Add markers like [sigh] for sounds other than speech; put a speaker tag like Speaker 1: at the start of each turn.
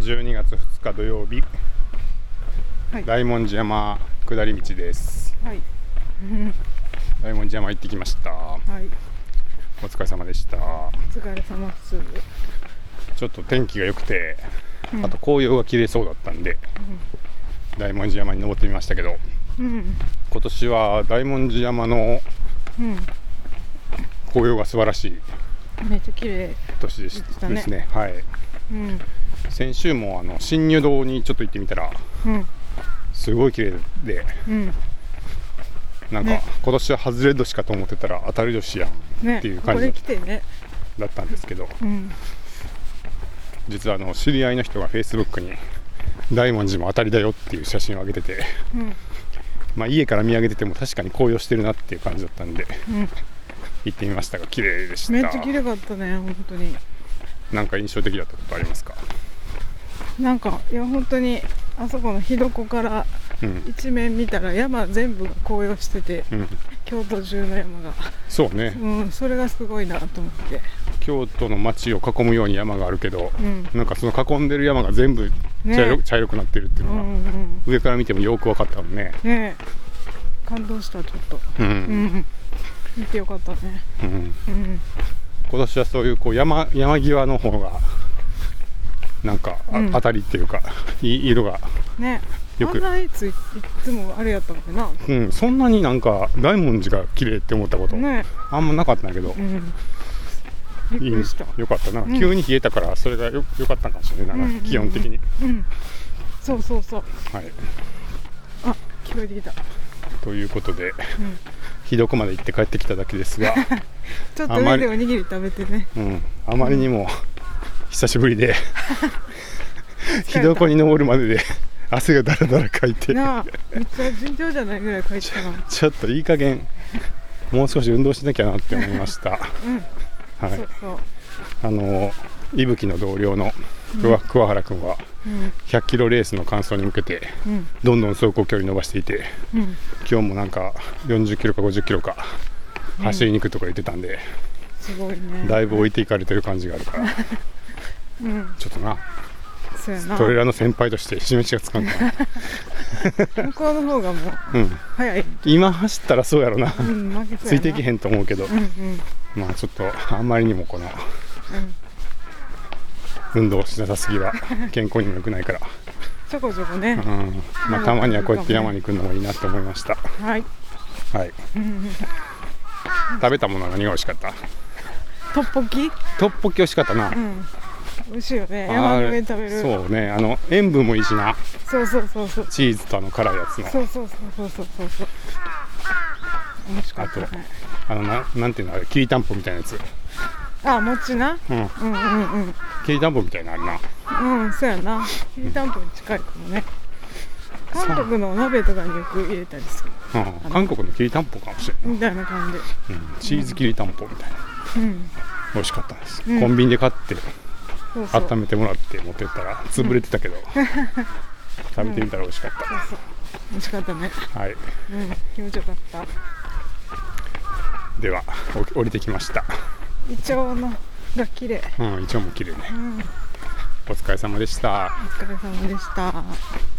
Speaker 1: 12月2日土曜日、
Speaker 2: はい
Speaker 1: 大文字山下り道です
Speaker 2: はい。
Speaker 1: 大文字山行ってきました
Speaker 2: はい。
Speaker 1: お疲れ様でした
Speaker 2: お疲れ様です。
Speaker 1: ちょっと天気が良くて、
Speaker 2: うん
Speaker 1: あと紅葉が綺麗そうだったんで、大文字山に登ってみましたけど
Speaker 2: うん。
Speaker 1: 今年は大文字山の
Speaker 2: うん。
Speaker 1: 紅葉が素晴らしい
Speaker 2: めっちゃ綺麗。
Speaker 1: 年でし
Speaker 2: でしたたね
Speaker 1: ですねはい
Speaker 2: うん。
Speaker 1: 先週もあの新入道にちょっと行ってみたら
Speaker 2: うん。
Speaker 1: すごい綺麗で
Speaker 2: うん。
Speaker 1: なんか
Speaker 2: ね
Speaker 1: 今年は外れ年かと思ってたら当たり年やん
Speaker 2: ね。
Speaker 1: っていう
Speaker 2: こ
Speaker 1: 感じ
Speaker 2: れ来てね。
Speaker 1: だったんですけど
Speaker 2: うん。
Speaker 1: 実はあの知り合いの人が Facebook に大文字も当たりだよっていう写真を上げてて、
Speaker 2: うん。
Speaker 1: まあ、家から見上げてても確かに紅葉してるなっていう感じだったんで
Speaker 2: うん。
Speaker 1: 行ってみましたが綺麗でした
Speaker 2: めっちゃ綺麗かったね。本当に。
Speaker 1: なんか印象的だったことありますか
Speaker 2: なんか、いや、本当に。あそこのひどこから
Speaker 1: うん
Speaker 2: 一面見たら山全部が紅葉してて
Speaker 1: うん
Speaker 2: 京都中の山が、
Speaker 1: そうね
Speaker 2: うん、それがすごいなと思って、
Speaker 1: 京都の街を囲むように山があるけど
Speaker 2: うん、
Speaker 1: なんかその囲んでる山が全部茶色,、
Speaker 2: ね
Speaker 1: 茶色くなってるっていう
Speaker 2: う
Speaker 1: のが、
Speaker 2: んうん
Speaker 1: 上から見てもよく分かったもんね
Speaker 2: ねえ感動したちょっと
Speaker 1: うん、
Speaker 2: うん見てよかったね
Speaker 1: うん
Speaker 2: うん
Speaker 1: 今年はそういうこう山山際の方がなんか、あ
Speaker 2: うん
Speaker 1: 当たりっていうかいい色が
Speaker 2: ね
Speaker 1: よく
Speaker 2: あんないついいつもあれやったのかな
Speaker 1: うん、そんなになんか大文字が綺麗って思ったこと、
Speaker 2: ね
Speaker 1: あんまなかったんだけど、
Speaker 2: うんびっく
Speaker 1: いいね
Speaker 2: りした
Speaker 1: よかったな、
Speaker 2: ん
Speaker 1: 急に冷えたからそれがよよかったかもしれないな、
Speaker 2: うんうんうん
Speaker 1: 気温的に、
Speaker 2: うんそうそうそう
Speaker 1: はい。
Speaker 2: あ聞こえてきた
Speaker 1: ということで、ひどくまで行って帰ってきただけです
Speaker 2: [laughs]
Speaker 1: が、
Speaker 2: ちょっと
Speaker 1: あま
Speaker 2: 上
Speaker 1: り
Speaker 2: でおにぎり食べてね
Speaker 1: うん、あまりにも久しぶり
Speaker 2: [laughs]
Speaker 1: で
Speaker 2: た
Speaker 1: [laughs] ひどこに登るまでで汗がだらだらかいて
Speaker 2: なあめっちゃ尋常じゃないぐらい帰ってたな
Speaker 1: ちょっといい加減もう少し運動しなきゃなって思いました、はい
Speaker 2: そうそう
Speaker 1: あのいぶきの同僚の桑桑原君は
Speaker 2: うん
Speaker 1: 100キロレースの完走に向けて
Speaker 2: うん
Speaker 1: どんどん走行距離伸ばしていて
Speaker 2: うん
Speaker 1: 今日もなんか40キロか50キロか走りに行くとか言ってたんで、
Speaker 2: すごいね
Speaker 1: だいぶ置いていかれてる感じがあるから
Speaker 2: うん
Speaker 1: ちょっとな
Speaker 2: そうやな
Speaker 1: トレーラーの先輩として示しがつかんから、
Speaker 2: 向こうの方がもう
Speaker 1: うん、
Speaker 2: 早い
Speaker 1: 今走ったらそうやろな
Speaker 2: うん負 [laughs] けそうやな
Speaker 1: ついていけへんと思うけど、
Speaker 2: うんうん
Speaker 1: まあちょっとあんまりにもこの運動しなさすぎは健康にも良くないから、
Speaker 2: ちょこちょこね
Speaker 1: うんまあ、たまにはこうやって山に来るのもいいなと思いました、
Speaker 2: はい
Speaker 1: はい、食べたものは何が美味しかった
Speaker 2: トッポギ
Speaker 1: トッポキ美味しかったな、
Speaker 2: 美味しいよね
Speaker 1: あー
Speaker 2: 山の上で食べる
Speaker 1: そうねあの塩分もいいしな
Speaker 2: そうそうそうそう
Speaker 1: チーズとあの辛いやつの
Speaker 2: そうそうそうそうそうそう美味しかったね
Speaker 1: あのななんていうのあれきりたんぽみたいなやつ
Speaker 2: あ餅な
Speaker 1: うん
Speaker 2: うんうんうん
Speaker 1: きりたんぽみたいなのあるな
Speaker 2: うんそうやなきりたんぽに近いかもね韓国のお鍋とかによく入れたりする
Speaker 1: うん、韓国のきりたんぽかもしれない、
Speaker 2: みたいな感じ
Speaker 1: うん、チーズきりたんぽみたいな
Speaker 2: うん
Speaker 1: 美味しかったんです、
Speaker 2: うん
Speaker 1: コンビニで買って
Speaker 2: そうそう
Speaker 1: 温めてもらって持ってったら潰れてたけど、
Speaker 2: [laughs]
Speaker 1: 食べてみたら美味しかっ
Speaker 2: 美味しかったね
Speaker 1: た、はい
Speaker 2: うん気持ちよかった
Speaker 1: ではお降りてきました
Speaker 2: イチョウのが綺麗
Speaker 1: うんイチョウも綺麗ね
Speaker 2: うんお
Speaker 1: お疲れ様でした
Speaker 2: 疲れ様でした